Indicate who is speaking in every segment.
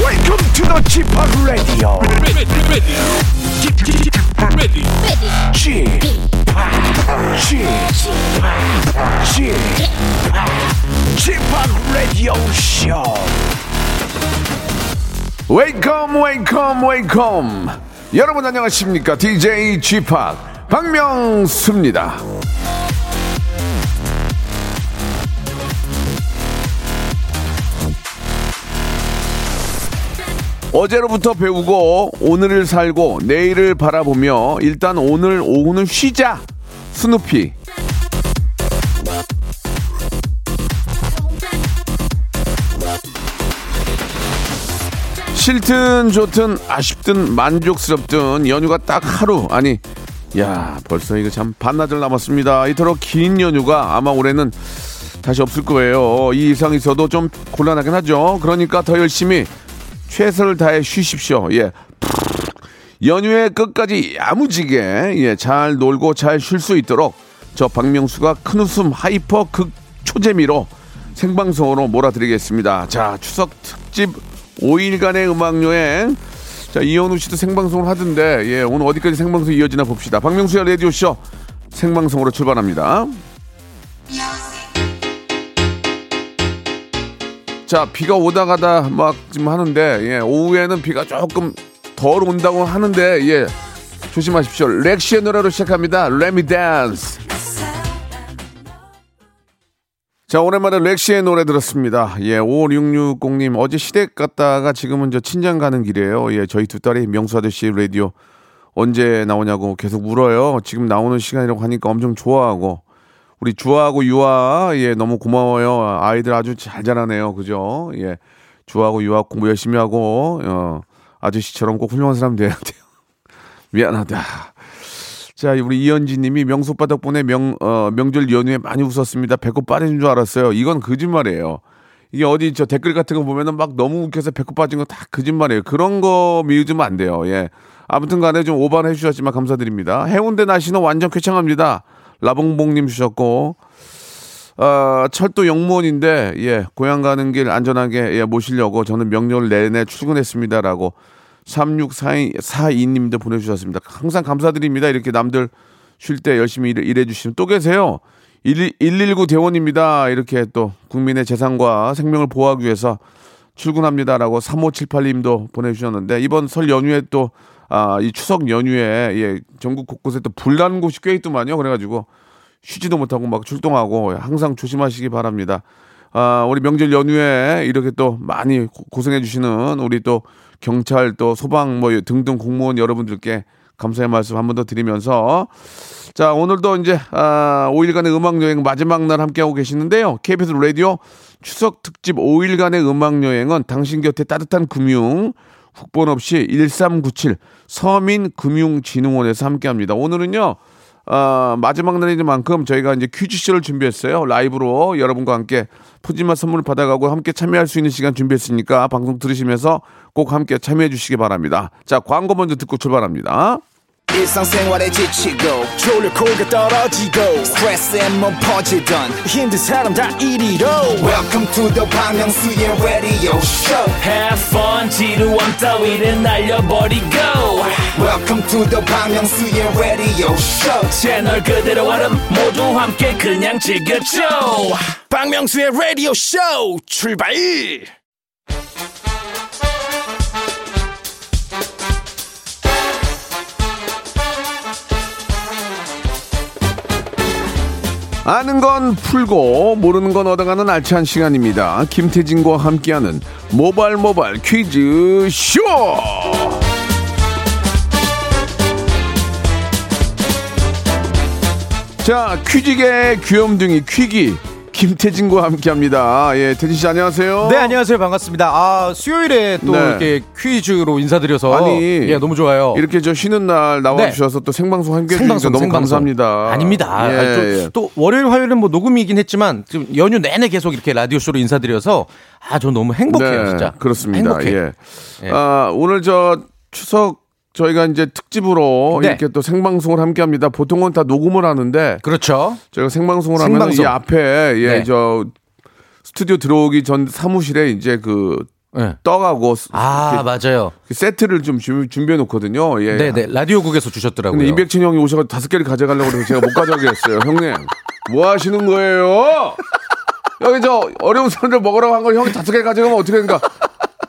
Speaker 1: Welcome to the Chip Radio.
Speaker 2: ready, ready, ready,
Speaker 1: Chip, Chip, Chip, Chip Radio Show. Welcome, welcome, welcome. 여러분 안녕하십니까? DJ Chip 박명수입니다. 어제로부터 배우고 오늘을 살고 내일을 바라보며 일단 오늘 오후는 쉬자 스누피 싫든 좋든 아쉽든 만족스럽든 연휴가 딱 하루 아니 야 벌써 이거 참 반나절 남았습니다 이토록 긴 연휴가 아마 올해는 다시 없을 거예요 이 이상 있어도 좀 곤란하긴 하죠 그러니까 더 열심히 최선을 다해 쉬십시오. 예. 연휴의 끝까지 야무지게 예, 잘 놀고 잘 쉴 수 있도록 저 박명수가 큰 웃음 하이퍼 극 초재미로 생방송으로 몰아드리겠습니다. 자, 추석 특집 5일간의 음악 여행. 자, 이현우 씨도 생방송을 하던데 예, 오늘 어디까지 생방송 이어지나 봅시다. 박명수의 라디오 쇼 생방송으로 출발합니다. 자 비가 오다 가다 막 지금 하는데 예, 오후에는 비가 조금 덜 온다고 하는데 예 조심하십시오 렉시의 노래로 시작합니다 레미 댄스 자 오랜만에 렉시의 노래 들었습니다 예 5660님 어제 시댁 갔다가 지금은 저 친정 가는 길이에요 예 저희 두 딸이 명수 아저씨 라디오 언제 나오냐고 계속 울어요 지금 나오는 시간이라고 하니까 엄청 좋아하고 우리 주아하고 유아 예 너무 고마워요 아이들 아주 잘 자라네요 그죠 예 주아하고 유아 공부 열심히 하고 어 아저씨처럼 꼭 훌륭한 사람 돼야 돼요 미안하다 자 우리 이현지님이 명수 오빠 덕분에 명 어, 명절 연휴에 많이 웃었습니다 배꼽 빠진 줄 알았어요 이건 거짓말이에요 이게 어디 저 댓글 같은 거 보면은 막 너무 웃겨서 배꼽 빠진 거 다 거짓말이에요. 그런 거 미우지면 안 돼요. 예. 아무튼 간에 좀 오바를 해주셨지만 감사드립니다. 해운대 날씨는 완전 쾌청합니다. 라봉봉님 주셨고, 아, 철도 영무원인데, 예, 고향 가는 길 안전하게, 예, 모시려고 저는 명절 내내 출근했습니다라고 3642님도 보내주셨습니다. 항상 감사드립니다. 이렇게 남들 쉴 때 열심히 일, 일해주시면 또 계세요. 1, 119 대원입니다. 이렇게 또 국민의 재산과 생명을 보호하기 위해서 출근합니다라고 3578님도 보내주셨는데 이번 설 연휴에 또 아, 이 추석 연휴에 예, 전국 곳곳에 또 불난 곳이 꽤 있더만요. 그래가지고 쉬지도 못하고 막 출동하고 항상 조심하시기 바랍니다. 아, 우리 명절 연휴에 이렇게 또 많이 고- 고생해주시는 우리 또 경찰 또 소방 뭐 등등 공무원 여러분들께 감사의 말씀 한 번 더 드리면서 자, 오늘도 이제 아, 5일간의 음악 여행 마지막 날 함께하고 계시는데요. KBS 라디오 추석 특집 5일간의 음악 여행은 당신 곁에 따뜻한 금융 국번 없이 1397 서민금융진흥원에서 함께합니다. 오늘은요. 아, 마지막 날이니만큼 저희가 이제 퀴즈쇼를 준비했어요. 라이브로 여러분과 함께 푸짐한 선물을 받아가고 함께 참여할 수 있는 시간 준비했으니까 방송 들으시면서 꼭 함께 참여해 주시기 바랍니다. 자, 광고 먼저 듣고 출발합니다.
Speaker 3: 일상생활에 지치고,
Speaker 4: 졸려 코가 떨어지고
Speaker 3: 스트레스에 몸 퍼지던,
Speaker 4: 힘든 사람 다 이리로
Speaker 3: welcome to the Bang Myung-soo's radio show
Speaker 5: Have fun 지루함 따위를 날려버리고
Speaker 3: welcome to the Bang Myung-soo's radio show
Speaker 5: 채널 그대로 얼음 모두 함께 그냥 즐겨줘
Speaker 4: 박명수의 라디오 쇼 출발
Speaker 1: 아는 건 풀고 모르는 건 얻어가는 알찬 시간입니다. 김태진과 함께하는 모발 모발 퀴즈 쇼. 자 퀴즈계 귀염둥이 퀴기 김태진과 함께합니다. 예, 태진 씨 안녕하세요.
Speaker 6: 네 안녕하세요 반갑습니다. 아 수요일에 또
Speaker 1: 네.
Speaker 6: 이렇게 퀴즈로 인사드려서
Speaker 1: 아니,
Speaker 6: 예 너무 좋아요.
Speaker 1: 이렇게 저 쉬는 날
Speaker 6: 네.
Speaker 1: 나와주셔서 또 생방송 함께 해주셔서 너무 감사합니다.
Speaker 6: 아닙니다.
Speaker 1: 예,
Speaker 6: 아니, 또,
Speaker 1: 예.
Speaker 6: 또 월요일 화요일은 뭐 녹음이긴 했지만 지금 연휴 내내 계속 이렇게 라디오 쇼로 인사드려서 아 저 너무 행복해요 진짜.
Speaker 1: 네, 그렇습니다.
Speaker 6: 행복해.
Speaker 1: 예.
Speaker 6: 예.
Speaker 1: 아, 오늘 저 추석 저희가 이제 특집으로
Speaker 6: 네.
Speaker 1: 이렇게 또 생방송을 함께 합니다. 보통은 다 녹음을 하는데
Speaker 6: 그렇죠.
Speaker 1: 저희가 생방송을 하면 이
Speaker 6: 생방송.
Speaker 1: 앞에 예,
Speaker 6: 네.
Speaker 1: 저 스튜디오 들어오기 전 사무실에 이제 그
Speaker 6: 네.
Speaker 1: 떡하고 스-
Speaker 6: 아,
Speaker 1: 이렇게 그
Speaker 6: 맞아요.
Speaker 1: 세트를 좀 준비해 놓거든요. 예.
Speaker 6: 네, 네. 라디오국에서 주셨더라고요.
Speaker 1: 근데 임백진 형이 오셔서 다섯 개를 가져가려고 그래서 제가 못 가져가게 했어요. 형님, 뭐 하시는 거예요? 여기 저 어려운 사람들 먹으라고 한 걸 형이 다섯 개 가져가면 어떻게 되니까?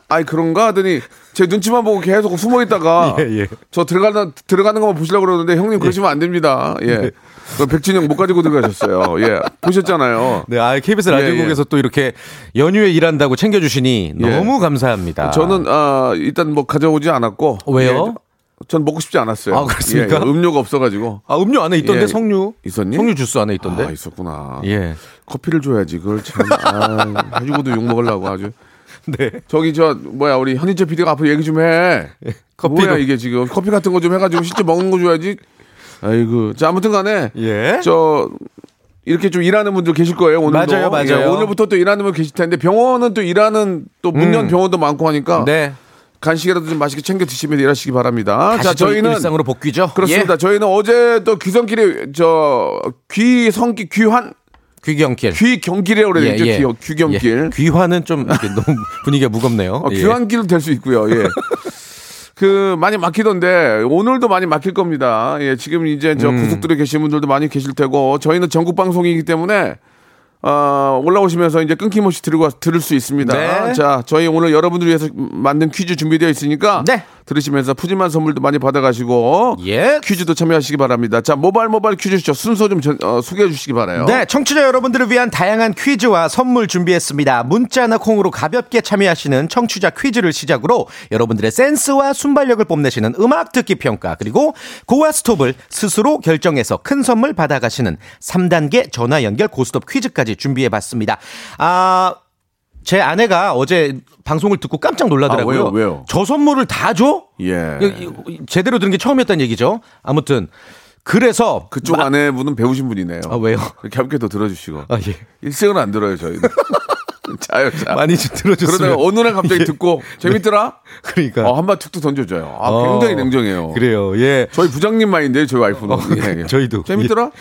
Speaker 1: 아이 그런가 하더니 제 눈치만 보고 계속 숨어 있다가
Speaker 6: 예, 예.
Speaker 1: 저 들어가는 들어가는 것만 보시려고 그러는데 형님 그러시면 안 됩니다. 예. 그 백진 형 못 가지고 들어가셨어요. 예. 보셨잖아요.
Speaker 6: 네, 아, KBS
Speaker 1: 예,
Speaker 6: 라디오국에서 또 이렇게 연휴에 일한다고 챙겨주시니
Speaker 1: 예.
Speaker 6: 너무 감사합니다.
Speaker 1: 저는 아 일단 뭐 가져오지 않았고
Speaker 6: 왜요?
Speaker 1: 예, 전 먹고 싶지 않았어요.
Speaker 6: 아, 그렇습니까?
Speaker 1: 예, 예. 음료가 없어가지고
Speaker 6: 아, 음료 안에 있던데
Speaker 1: 예.
Speaker 6: 석류
Speaker 1: 있었니?
Speaker 6: 석류 주스 안에 있던데.
Speaker 1: 아 있었구나.
Speaker 6: 예.
Speaker 1: 커피를 줘야지 그걸 참 아, 해주고도 욕 먹으려고 아주
Speaker 6: 네.
Speaker 1: 저기 저 뭐야 우리 현인철 PD가 앞으로 얘기 좀해
Speaker 6: 예, 커피도-
Speaker 1: 뭐야 이게 지금 커피 같은 거 좀 해가지고 실제 먹는 거 줘야지 아이고 자 아무튼간에
Speaker 6: 예.
Speaker 1: 저 이렇게 좀 일하는 분들 계실 거예요 오늘도
Speaker 6: 맞아요, 맞아요.
Speaker 1: 예, 오늘부터 또 일하는 분 계실 텐데 병원은 또 일하는 또 문연 병원도 많고 하니까
Speaker 6: 음. 네.
Speaker 1: 간식이라도 좀 맛있게 챙겨 드시면서 일하시기 바랍니다
Speaker 6: 다시
Speaker 1: 자
Speaker 6: 또
Speaker 1: 저희는
Speaker 6: 일상으로 복귀죠. 예.
Speaker 1: 그렇습니다 저희는 어제 또 귀성길에 저 귀성길 귀환
Speaker 6: 예. 귀경길.
Speaker 1: 귀 네, 경길이라고 그래야 되죠. 귀,
Speaker 6: 예.
Speaker 1: 귀경길.
Speaker 6: 귀화는 좀 이렇게 너무 분위기가 무겁네요.
Speaker 1: 어,
Speaker 6: 예.
Speaker 1: 귀환길 될 수 있고요. 예. 그 많이 막히던데 오늘도 많이 막힐 겁니다. 예, 지금 이제
Speaker 6: 음.
Speaker 1: 저 고속도로에 계신 분들도 많이 계실 테고 저희는 전국 방송이기 때문에 어, 올라오시면서 이제 끊김없이 들고 와- 들을 수 있습니다.
Speaker 6: 네.
Speaker 1: 자, 저희 오늘 여러분들 위해서 만든 퀴즈 준비되어 있으니까
Speaker 6: 네.
Speaker 1: 들으시면서 푸짐한 선물도 많이 받아가시고
Speaker 6: 예.
Speaker 1: 퀴즈도 참여하시기 바랍니다. 자, 모발 모발 퀴즈 쇼 순서 좀 전- 어, 소개해 주시기 바라요.
Speaker 6: 네, 청취자 여러분들을 위한 다양한 퀴즈와 선물 준비했습니다. 문자나 콩으로 가볍게 참여하시는 청취자 퀴즈를 시작으로 여러분들의 센스와 순발력을 뽐내시는 음악 듣기 평가 그리고 고와 스톱을 스스로 결정해서 큰 선물 받아가시는 3단계 전화 연결 고스톱 퀴즈까지 준비해봤습니다. 아. 제 아내가 어제 방송을 듣고 깜짝 놀라더라고요.
Speaker 1: 아, 왜요? 왜요?
Speaker 6: 저 선물을 다 줘?
Speaker 1: 예.
Speaker 6: 이- 이- 제대로 들은 게 처음이었다는 얘기죠. 아무튼 그래서
Speaker 1: 그쪽 아내분은 배우신 분이네요.
Speaker 6: 아, 왜요?
Speaker 1: 이렇게 함께 더 들어주시고.
Speaker 6: 아, 예.
Speaker 1: 일생은 안 들어요, 저희는. 자요, 자.
Speaker 6: 많이 좀 들어줬으면
Speaker 1: 그러다가 어느 날 갑자기 듣고, 재밌더라?
Speaker 6: 그러니까
Speaker 1: 어, 한번 툭툭 던져줘요. 아,
Speaker 6: 어.
Speaker 1: 굉장히 냉정해요.
Speaker 6: 그래요. 예.
Speaker 1: 저희 부장님 마인데요, 저희 와이프는. 예, 예.
Speaker 6: 저희도.
Speaker 1: 재밌더라?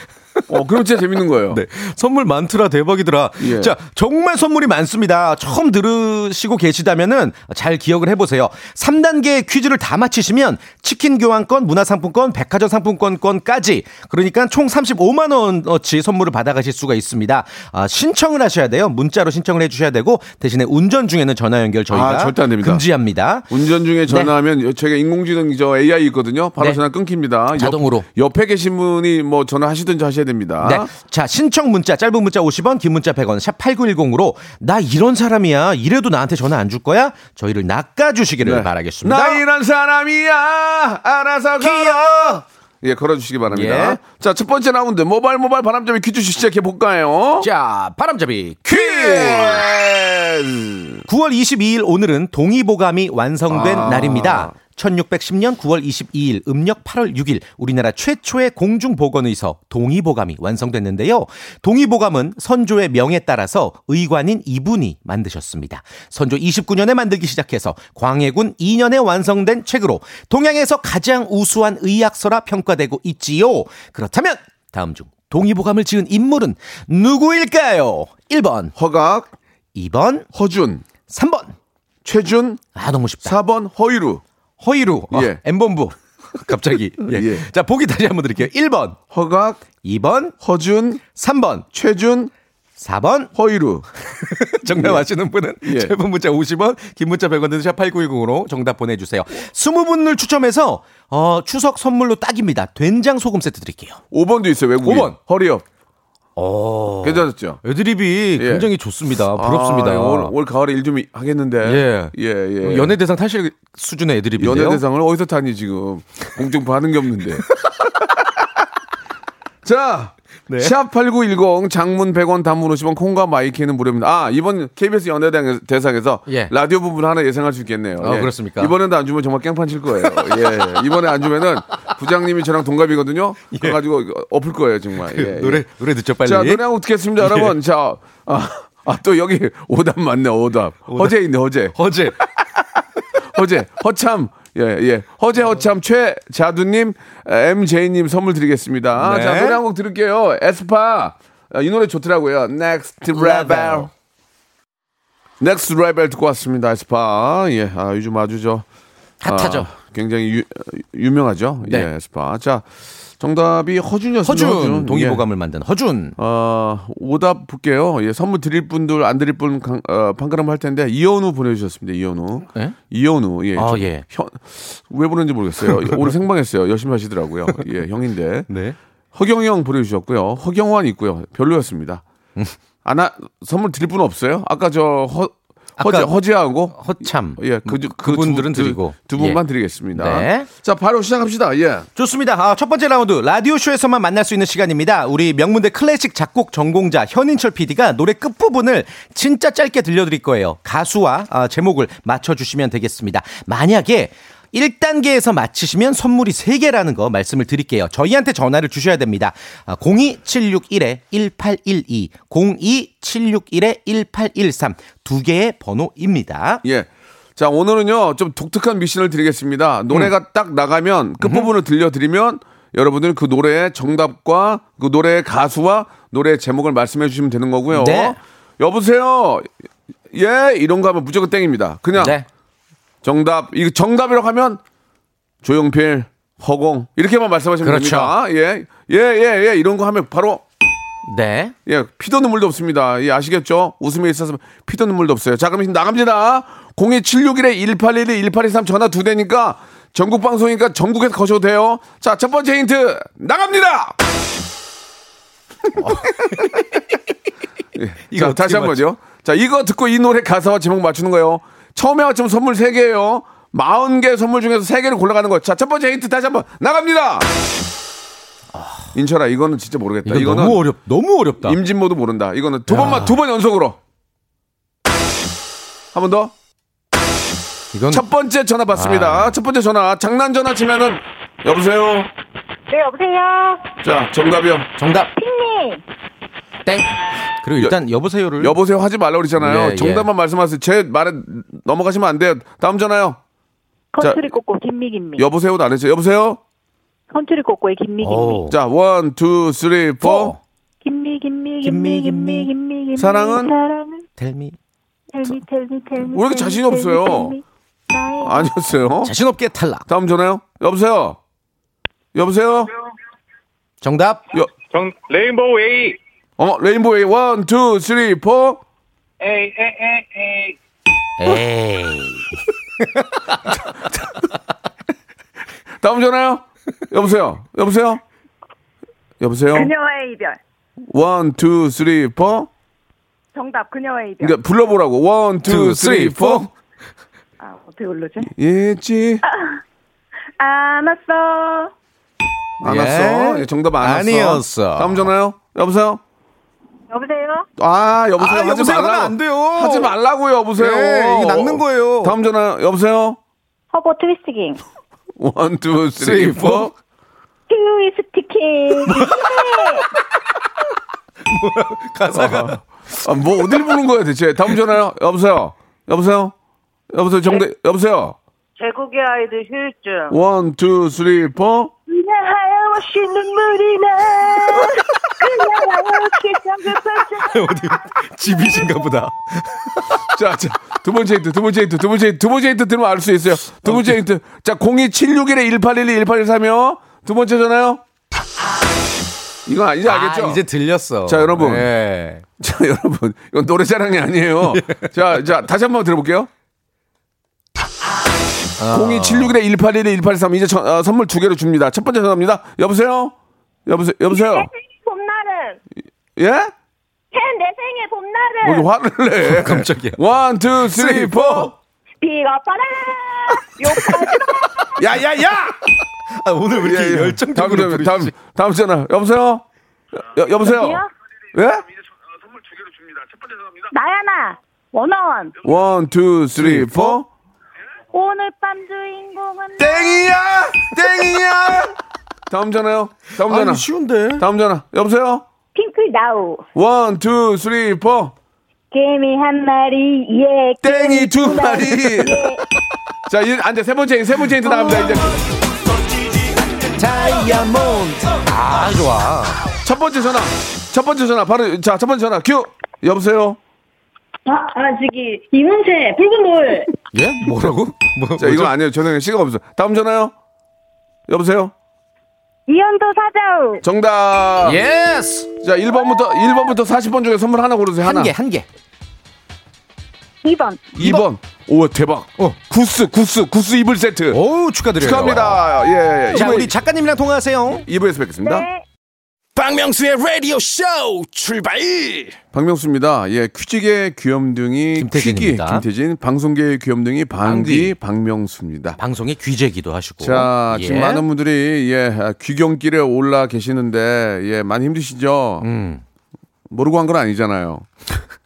Speaker 1: 어, 그럼 진짜 재밌는 거예요.
Speaker 6: 네. 선물 많더라 대박이더라.
Speaker 1: 예.
Speaker 6: 자, 정말 선물이 많습니다. 처음 들으시고 계시다면은 잘 기억을 해 보세요. 3단계 퀴즈를 다 맞히시면 치킨 교환권, 문화 상품권, 백화점 상품권권까지 그러니까 총 35만 원어치 선물을 받아 가실 수가 있습니다. 아, 신청을 하셔야 돼요. 문자로 신청을 해 주셔야 되고 대신에 운전 중에는 전화 연결 저희가
Speaker 1: 아, 절대 안 됩니다.
Speaker 6: 금지합니다.
Speaker 1: 운전 중에 전화하면 여- 저희가 인공지능 저 AI 있거든요. 바로
Speaker 6: 네.
Speaker 1: 전화 끊깁니다.
Speaker 6: 자동으로.
Speaker 1: 옆, 에 계신 분이 뭐 전화하시든지 하셔야 됩니다.
Speaker 6: 네. 자, 신청 문자 짧은 문자 50원, 긴 문자 100원 샵 8910으로 나 이런 사람이야. 이래도 나한테 전화 안 줄 거야? 저희를 낚아 주시기를
Speaker 1: 네.
Speaker 6: 바라겠습니다.
Speaker 1: 나 이런 사람이야. 알아서 걸어. 예, 걸어주시기 바랍니다.
Speaker 6: 예.
Speaker 1: 자, 첫 번째 라운드 모발 모발 바람잡이 퀴즈 시작해 볼까요?
Speaker 6: 자, 바람잡이
Speaker 1: 퀴즈.
Speaker 6: 9월 22일 오늘은 동의보감이 완성된
Speaker 1: 아.
Speaker 6: 날입니다. 1610년 9월 22일 음력 8월 6일 우리나라 최초의 공중보건의서 동의보감이 완성됐는데요. 동의보감은 선조의 명에 따라서 의관인 이분이 만드셨습니다. 선조 29년에 만들기 시작해서 광해군 2년에 완성된 책으로 동양에서 가장 우수한 의학서라 평가되고 있지요. 그렇다면 다음 중 동의보감을 지은 인물은 누구일까요? 1번,
Speaker 1: 허각,
Speaker 6: 2번,
Speaker 1: 허준,
Speaker 6: 3번.
Speaker 1: 최준,
Speaker 6: 아 너무 쉽다.
Speaker 1: 4번 허이루,
Speaker 6: 허이루.
Speaker 1: 예.
Speaker 6: 아, 엠본부. 갑자기. 예.
Speaker 1: 예.
Speaker 6: 자, 보기 다시 한번 드릴게요. 1번,
Speaker 1: 허각,
Speaker 6: 2번,
Speaker 1: 허준,
Speaker 6: 3번,
Speaker 1: 최준,
Speaker 6: 4번.
Speaker 1: 허이루.
Speaker 6: 정답 아시는 분은
Speaker 1: 예.
Speaker 6: 짧은 문자 50원, 긴 문자 100원 드는 샵 8910으로 정답 보내 주세요. 20분을 추첨해서 어, 추석 선물로 딱입니다. 된장 소금 세트 드릴게요.
Speaker 1: 5번도 있어요. 외국인.
Speaker 6: 오 번.
Speaker 1: 허리업.
Speaker 6: 어.
Speaker 1: 괜찮았죠?
Speaker 6: 애드립이
Speaker 1: 예.
Speaker 6: 굉장히 좋습니다. 부럽습니다.
Speaker 1: 아, 올, 올 가을에 일 좀 하겠는데.
Speaker 6: 예.
Speaker 1: 예, 예.
Speaker 6: 연예 대상 탈실 수준의 애드립인데요.
Speaker 1: 연예 대상을 어디서 타니 지금 공중 받은 게 없는데. 자,
Speaker 6: 네.
Speaker 1: 샵8910 장문 100원 단문 50원 콩과 마이키는 무료입니다. 아, 이번 KBS 연예 대상- 대상에서
Speaker 6: 예.
Speaker 1: 라디오 부분 하나 예상할 수 있겠네요.
Speaker 6: 아, 그렇습니까?
Speaker 1: 이번에도 안 주면 정말 깽판 칠 거예요. 예. 이번에 안 주면은 부장님이 저랑 동갑이거든요. 그래 가지고 엎을 거예요, 정말. 예, 예.
Speaker 6: 예. 그 노래 노래 듣죠 빨리. 예.
Speaker 1: 자, 노래 한곡 듣겠습니다, 여러분. 자, 아, 아, 또 여기 오답 맞네, 오답. 허재 있네, 허재.
Speaker 6: 어제
Speaker 1: 허재, 허참. 예, 예. 허재, 허참, 최자두님, MJ님 선물 드리겠습니다.
Speaker 6: 네.
Speaker 1: 자, 노래 한 곡 어, 들을게요. 에스파. 아, 이 노래 좋더라고요. Next Level. 넥스트 레벨 듣고 왔습니다. 에스파. 예, 아, 요즘 아주 저 아,
Speaker 6: 핫하죠.
Speaker 1: 굉장히 유, 명하죠
Speaker 6: 네.
Speaker 1: 예, 에스파. 자, 정답이 허준이었습니다.
Speaker 6: 허준,
Speaker 1: 예.
Speaker 6: 동의보감을 만든 허준.
Speaker 1: 어, 오답 볼게요. 예, 선물 드릴 분들 안 드릴 분 강- 어, 판가름 할 텐데 이현우 보내주셨습니다. 이현우.
Speaker 6: 예?
Speaker 1: 이현우. 예.
Speaker 6: 아,
Speaker 1: 저-
Speaker 6: 예.
Speaker 1: 현, 왜 보는지 모르겠어요. 오늘 생방했어요. 열심히 하시더라고요. 예, 형인데.
Speaker 6: 네.
Speaker 1: 허경영 보내주셨고요. 허경환 있고요. 별로였습니다. 아나 선물 드릴 분 없어요? 아까 저 허, 허재,
Speaker 6: 아까
Speaker 1: 허재하고
Speaker 6: 허참. 뭐
Speaker 1: 예, 그, 그, 그
Speaker 6: 그분들은
Speaker 1: 두, 두-
Speaker 6: 드리고.
Speaker 1: 두 분만
Speaker 6: 예.
Speaker 1: 드리겠습니다.
Speaker 6: 네.
Speaker 1: 자, 바로 시작합시다. 예.
Speaker 6: 좋습니다. 아, 첫 번째 라운드 라디오 쇼에서만 만날 수 있는 시간입니다. 우리 명문대 클래식 작곡 전공자 현인철 PD가 노래 끝 부분을 진짜 짧게 들려드릴 거예요. 가수와 아, 제목을 맞춰주시면 되겠습니다. 만약에 1단계에서 맞히시면 선물이 3개라는 거 말씀을 드릴게요. 저희한테 전화를 주셔야 됩니다. 아, 02761-1812, 02761-1813. 두 개의 번호입니다.
Speaker 1: 예. 자, 오늘은요, 좀 독특한 미션을 드리겠습니다. 노래가
Speaker 6: 음.
Speaker 1: 딱 나가면 그 끝부분을 들려드리면 여러분들은 그 노래의 정답과 그 노래의 가수와 노래의 제목을 말씀해 주시면 되는 거고요.
Speaker 6: 네.
Speaker 1: 여보세요? 예? 이런 거 하면 무조건 땡입니다. 그냥
Speaker 6: 네.
Speaker 1: 정답. 이거 정답이라고 하면 조용필, 허공. 이렇게만 말씀하시면
Speaker 6: 그렇죠.
Speaker 1: 됩니다. 예. 예, 예, 예. 이런 거 하면 바로
Speaker 6: 네.
Speaker 1: 예, 피도 눈물도 없습니다. 예, 아시겠죠? 웃음에 있어서 피도 눈물도 없어요. 자, 그럼 지금 나갑니다. 02761-1812-1823 전화 두 대니까 전국 방송이니까 전국에서 거셔도 돼요. 자, 첫 번째 힌트 나갑니다! 예,
Speaker 6: 아. 이거
Speaker 1: 자,
Speaker 6: 어떻게
Speaker 1: 다시 한 번요. 자, 이거 듣고 이 노래 가사와 제목 맞추는 거예요. 처음에 맞추면 선물 3개예요. 40개 선물 중에서 3개를 골라가는 거예요. 자, 첫 번째 힌트 다시 한번 나갑니다! 인철아, 이거는 진짜 모르겠다.
Speaker 6: 이거 너무 어렵, 너무 어렵다.
Speaker 1: 임진모도 모른다. 이거는 두 번만 두 번 연속으로. 한 번 더.
Speaker 6: 이건
Speaker 1: 첫 번째 전화
Speaker 6: 아.
Speaker 1: 받습니다. 첫 번째 전화 장난 전화 치면은 여보세요.
Speaker 7: 네, 여보세요?
Speaker 1: 자 정답이요.
Speaker 6: 정답.
Speaker 7: 핑님!
Speaker 6: 땡. 그리고 일단 여보세요를
Speaker 1: 여보세요 하지 말라 고 그랬잖아요.
Speaker 6: 예, 예.
Speaker 1: 정답만 말씀하세요. 제 말에 넘어가시면 안 돼요. 다음 전화요.
Speaker 7: 컨트리 꼬꼬 김미김미.
Speaker 1: 여보세요도 안 했죠. 여보세요.
Speaker 7: 컨트리 꼬꼬의 김미김미.
Speaker 6: 오.
Speaker 1: 자 원, 투, 쓰리,
Speaker 6: 어.
Speaker 1: 포.
Speaker 7: 김미김미, 김미김미, 김미김미.
Speaker 1: 사랑은?
Speaker 7: 사랑은?
Speaker 6: 텔미
Speaker 7: 텔미, 텔미, 텔미.
Speaker 1: 왜 이렇게 자신이 없어요? 아니었어요.
Speaker 6: 자신 없게 탈락.
Speaker 1: 다음 전화요. 여보세요. 여보세요.
Speaker 6: 정답.
Speaker 1: 여,
Speaker 8: 정 레인보우 A
Speaker 1: 어 레인보우 A 원, 투, 쓰리, 포.
Speaker 8: A A A A
Speaker 6: 에이.
Speaker 1: 다음 전화요. 여보세요. 여보세요. 여보세요.
Speaker 7: 그녀와의 이별.
Speaker 1: 원, 투, 쓰리, 포.
Speaker 7: 정답, 그녀와의 이별.
Speaker 1: 그러니까 불러보라고. 원, 투, 쓰리, 포.
Speaker 7: 아, 어떻게 올르지? 아,
Speaker 1: 있지
Speaker 7: 안았어.
Speaker 1: 안
Speaker 6: 예.
Speaker 1: 왔어. 예, 정답 안 왔어.
Speaker 6: 아니었어.
Speaker 1: 다음 전화요. 여보세요.
Speaker 7: 여보세요?
Speaker 1: 아 여보세요.
Speaker 6: 아,
Speaker 1: 하지
Speaker 6: 여보세요 하면
Speaker 1: 말라고.
Speaker 6: 안 돼요.
Speaker 1: 하지 말라고 여보세요.
Speaker 6: 예, 이게 낚는 거예요.
Speaker 1: 다음 전화 여보세요.
Speaker 7: 허버 트위스팅.
Speaker 1: 원, 투, 쓰리, 포.
Speaker 7: 트위스티킹.
Speaker 6: 가사가
Speaker 1: 아, 뭐 어딜 보는 거야 대체. 다음 전화요. 여보세요. 여보세요. 여보세요. 정답. 여보세요.
Speaker 7: 제국의 아이들 휴일증.
Speaker 1: 원, 투, 쓰리, 포.
Speaker 7: 그냥 하염없이 눈물이 나. 그냥 하염없이 성급한
Speaker 6: 집이신가 보다.
Speaker 1: 자, 자, 두 번째 힌트, 두 번째 힌트, 두 번째 힌트, 두 번째 힌트 들으면 알 수 있어요. 두 번째 힌트. 자, 02761에 1812, 1813이요. 두 번째 전화요. 이건 이제 알겠죠?
Speaker 6: 아, 이제 들렸어.
Speaker 1: 자, 여러분.
Speaker 6: 예.
Speaker 1: 자, 여러분. 이건 노래자랑이 아니에요. 자, 자, 다시 한번 들어볼게요.
Speaker 6: 아.
Speaker 1: 02761에 1812, 1813. 이제 저- 어, 선물 두 개로 줍니다. 첫 번째 전화입니다. 여보세요? 여보세요? 여보세요?
Speaker 7: 봄날은.
Speaker 1: 예?
Speaker 7: 내 생의 봄날은.
Speaker 1: 뭐 이렇게 화를 내.
Speaker 6: 깜짝이야.
Speaker 1: 원, 투, 쓰리, 포.
Speaker 7: 비가 빠라 욕하지
Speaker 1: 야, 야, 야!
Speaker 6: 아, 오늘 왜 이렇게
Speaker 1: 예, 예. 다음
Speaker 6: 열정적으로
Speaker 1: 전화,
Speaker 6: 부르지?
Speaker 1: 다음 다음 전화 여보세요 여, 여보세요
Speaker 7: 여보세요?
Speaker 1: 예?
Speaker 7: 나야나 원어원
Speaker 1: 원, 투, 쓰리, 포
Speaker 7: 오늘 밤 주인공은
Speaker 1: 네. 땡이야 땡이야 다음 전화요 다음 전화
Speaker 6: 아니, 쉬운데.
Speaker 1: 다음 전화 여보세요
Speaker 7: 핑크 나우
Speaker 1: 원, 투, 쓰리, 포
Speaker 7: 개미 한 마리 예
Speaker 1: 땡이 두 네, 마리 자 이제 앉아 세 번째 힌트, 세 번째 힌트 나갑니다 이제
Speaker 6: 다이아몬드. 아, 좋아.
Speaker 1: 첫 번째 전화 첫 번째 전화 바로 자 첫 번째 전화 큐 여보세요
Speaker 9: 아, 아, 저기, 이문세, 붉은 볼.
Speaker 6: 예? 뭐라고? 뭐,
Speaker 1: 자, 이건 아니에요. 죄송해요. 시간 없어. 다음 전화요. 여보세요?
Speaker 7: 이현도 사자우.
Speaker 1: 정답.
Speaker 6: 예스!
Speaker 1: 자, 1번부터 1번부터 40번 중에 선물 하나 고르세요. 하나.
Speaker 6: 한 개, 한 개.
Speaker 7: 2번.
Speaker 1: 2번. 오, 대박.
Speaker 6: 어.
Speaker 1: 구스, 구스, 구스 이불 세트.
Speaker 6: 오, 축하드려요.
Speaker 1: 축하합니다. 예, 예.
Speaker 6: 자,
Speaker 1: 이거
Speaker 6: 우리 작가님이랑 통화하세요.
Speaker 1: 2부에서 뵙겠습니다.
Speaker 7: 네.
Speaker 4: 박명수의 라디오 쇼 출발
Speaker 1: 박명수입니다. 예, 퀴직의 귀염둥이
Speaker 6: 김태진입니다.
Speaker 1: 퀴기 김태진, 방송계의 귀염둥이 방디 박명수입니다.
Speaker 6: 방송의 귀재기도 하시고.
Speaker 1: 자,
Speaker 6: 예.
Speaker 1: 지금 많은 분들이 예, 아, 귀경길에 올라 계시는데 예, 많이 힘드시죠?
Speaker 6: 음.
Speaker 1: 모르고 한 건 아니잖아요.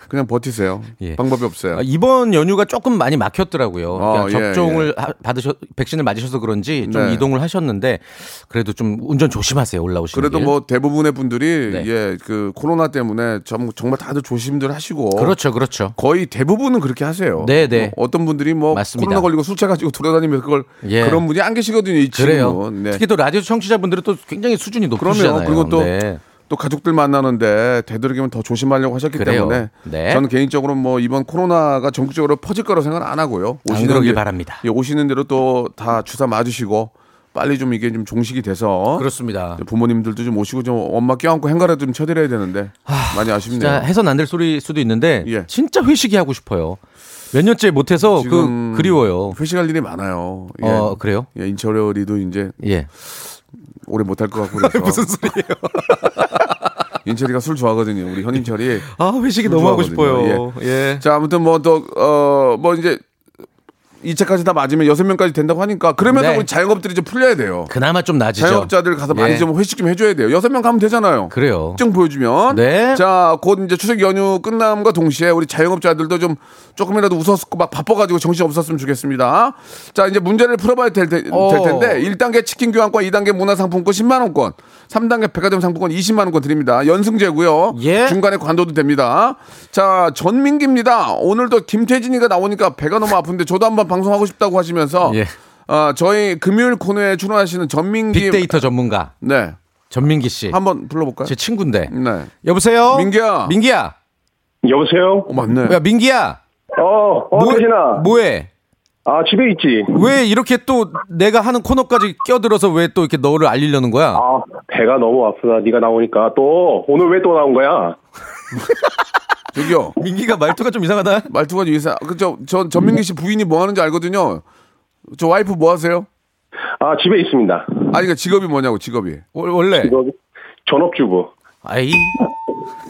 Speaker 1: 그냥 버티세요.
Speaker 6: 예.
Speaker 1: 방법이 없어요.
Speaker 6: 아, 이번 연휴가 조금 많이 막혔더라고요.
Speaker 1: 그러니까. 아,
Speaker 6: 그러니까
Speaker 1: 예,
Speaker 6: 접종을 하- 받으셔 백신을 맞으셔서 그런지 좀
Speaker 1: 네.
Speaker 6: 이동을 하셨는데 그래도 좀 운전 조심하세요. 올라오시는
Speaker 1: 그래도
Speaker 6: 길.
Speaker 1: 뭐 대부분의 분들이
Speaker 6: 네.
Speaker 1: 예, 그 코로나 때문에 정, 정말 다들 조심들 하시고
Speaker 6: 그렇죠. 그렇죠.
Speaker 1: 거의 대부분은 그렇게 하세요.
Speaker 6: 네, 네.
Speaker 1: 뭐 어떤 분들이 뭐
Speaker 6: 맞습니다.
Speaker 1: 코로나 걸리고 술 취해가지고 돌아다니면서 그걸
Speaker 6: 예.
Speaker 1: 그런 분이 안 계시거든요. 이
Speaker 6: 그래요.
Speaker 1: 지금은. 네.
Speaker 6: 특히 또 라디오 청취자분들은 또 굉장히 수준이 높으시잖아요.
Speaker 1: 그럼요. 그리고 또
Speaker 6: 네.
Speaker 1: 또 가족들 만나는데 되도록이면 더 조심하려고 하셨기
Speaker 6: 그래요.
Speaker 1: 때문에
Speaker 6: 네.
Speaker 1: 저는 개인적으로 뭐 이번 코로나가 전국적으로 퍼질 거라 생각 안 하고요.
Speaker 6: 안 그러길
Speaker 1: 데-
Speaker 6: 바랍니다.
Speaker 1: 예, 오시는 대로 또 다 주사 맞으시고 빨리 좀 이게 좀 종식이 돼서
Speaker 6: 그렇습니다.
Speaker 1: 어? 부모님들도 좀 오시고 좀 엄마 껴안고 행가라도 좀 쳐드려야 되는데 많이 아쉽네요.
Speaker 6: 진짜 해선 안 될 소리일 수도 있는데
Speaker 1: 예.
Speaker 6: 진짜 회식이 하고 싶어요. 몇 년째 못 해서 그
Speaker 1: 지금
Speaker 6: 그리워요.
Speaker 1: 회식할 일이 많아요. 예.
Speaker 6: 어, 그래요?
Speaker 1: 예, 인철이도 이제
Speaker 6: 예.
Speaker 1: 오래 못 할 것 같고 그래서 무슨 소리예요? 인철이가 술 좋아하거든요. 우리 현인철이.
Speaker 6: 아, 회식이
Speaker 1: 술
Speaker 6: 너무 하고
Speaker 1: 좋아하거든요.
Speaker 6: 싶어요. 예.
Speaker 1: 자, 아무튼 뭐 또 어, 뭐 이제 2차까지 다 맞으면 6명까지 된다고 하니까 그러면
Speaker 6: 네.
Speaker 1: 우리 자영업들이 좀 풀려야 돼요.
Speaker 6: 그나마 좀 나아지죠.
Speaker 1: 자영업자들 가서 많이
Speaker 6: 예.
Speaker 1: 좀 회식 좀 해줘야 돼요. 6명 가면 되잖아요.
Speaker 6: 그래요.
Speaker 1: 특정 보여주면
Speaker 6: 네.
Speaker 1: 자, 곧 이제 추석 연휴 끝남과 동시에 우리 자영업자들도 좀 조금이라도 웃었고 막 바빠가지고 정신 없었으면 좋겠습니다. 자, 이제 문제를 풀어봐야 될, 테-
Speaker 6: 어.
Speaker 1: 될 텐데 1단계 치킨 교환권, 2단계 문화상품권 10만 원권, 3단계 백화점 상품권 20만 원권 드립니다. 연승제고요.
Speaker 6: 예.
Speaker 1: 중간에 관둬도 됩니다. 자, 전민기입니다. 오늘도 김태진이가 나오니까 배가 너무 아픈데 저도 한번 방송하고 싶다고 하시면서
Speaker 6: 예.
Speaker 1: 아, 저희 금요일 코너에 출연하시는 전민기
Speaker 6: 빅데이터 전문가
Speaker 1: 네.
Speaker 6: 전민기 씨.
Speaker 1: 한번 불러볼까요?
Speaker 6: 제 친구인데.
Speaker 8: 음.
Speaker 1: 네.
Speaker 6: 여보세요?
Speaker 1: 민기야.
Speaker 6: 민기야.
Speaker 8: 여보세요?
Speaker 1: 어, 맞네.
Speaker 6: 야, 민기야.
Speaker 8: 어, 어,
Speaker 6: 뭐-
Speaker 8: 태진아.
Speaker 6: 뭐해?
Speaker 8: 아, 집에 있지.
Speaker 6: 왜 이렇게 또 내가 하는 코너까지 껴들어서 왜 또 이렇게 너를 알리려는 거야?
Speaker 8: 아, 배가 너무 아프다. 네가 나오니까 또 오늘 왜 또 나온 거야?
Speaker 1: 저기요.
Speaker 6: 민기가 말투가 좀 이상하다.
Speaker 1: 말투가 유사. 그저 전 전민기 씨 부인이 뭐 하는지 알거든요. 저 와이프 뭐 하세요?
Speaker 8: 아, 집에 있습니다.
Speaker 1: 아니 그러니까 직업이 뭐냐고 직업이.
Speaker 6: 월- 원래.
Speaker 8: 이거 전업주부.
Speaker 6: 아이.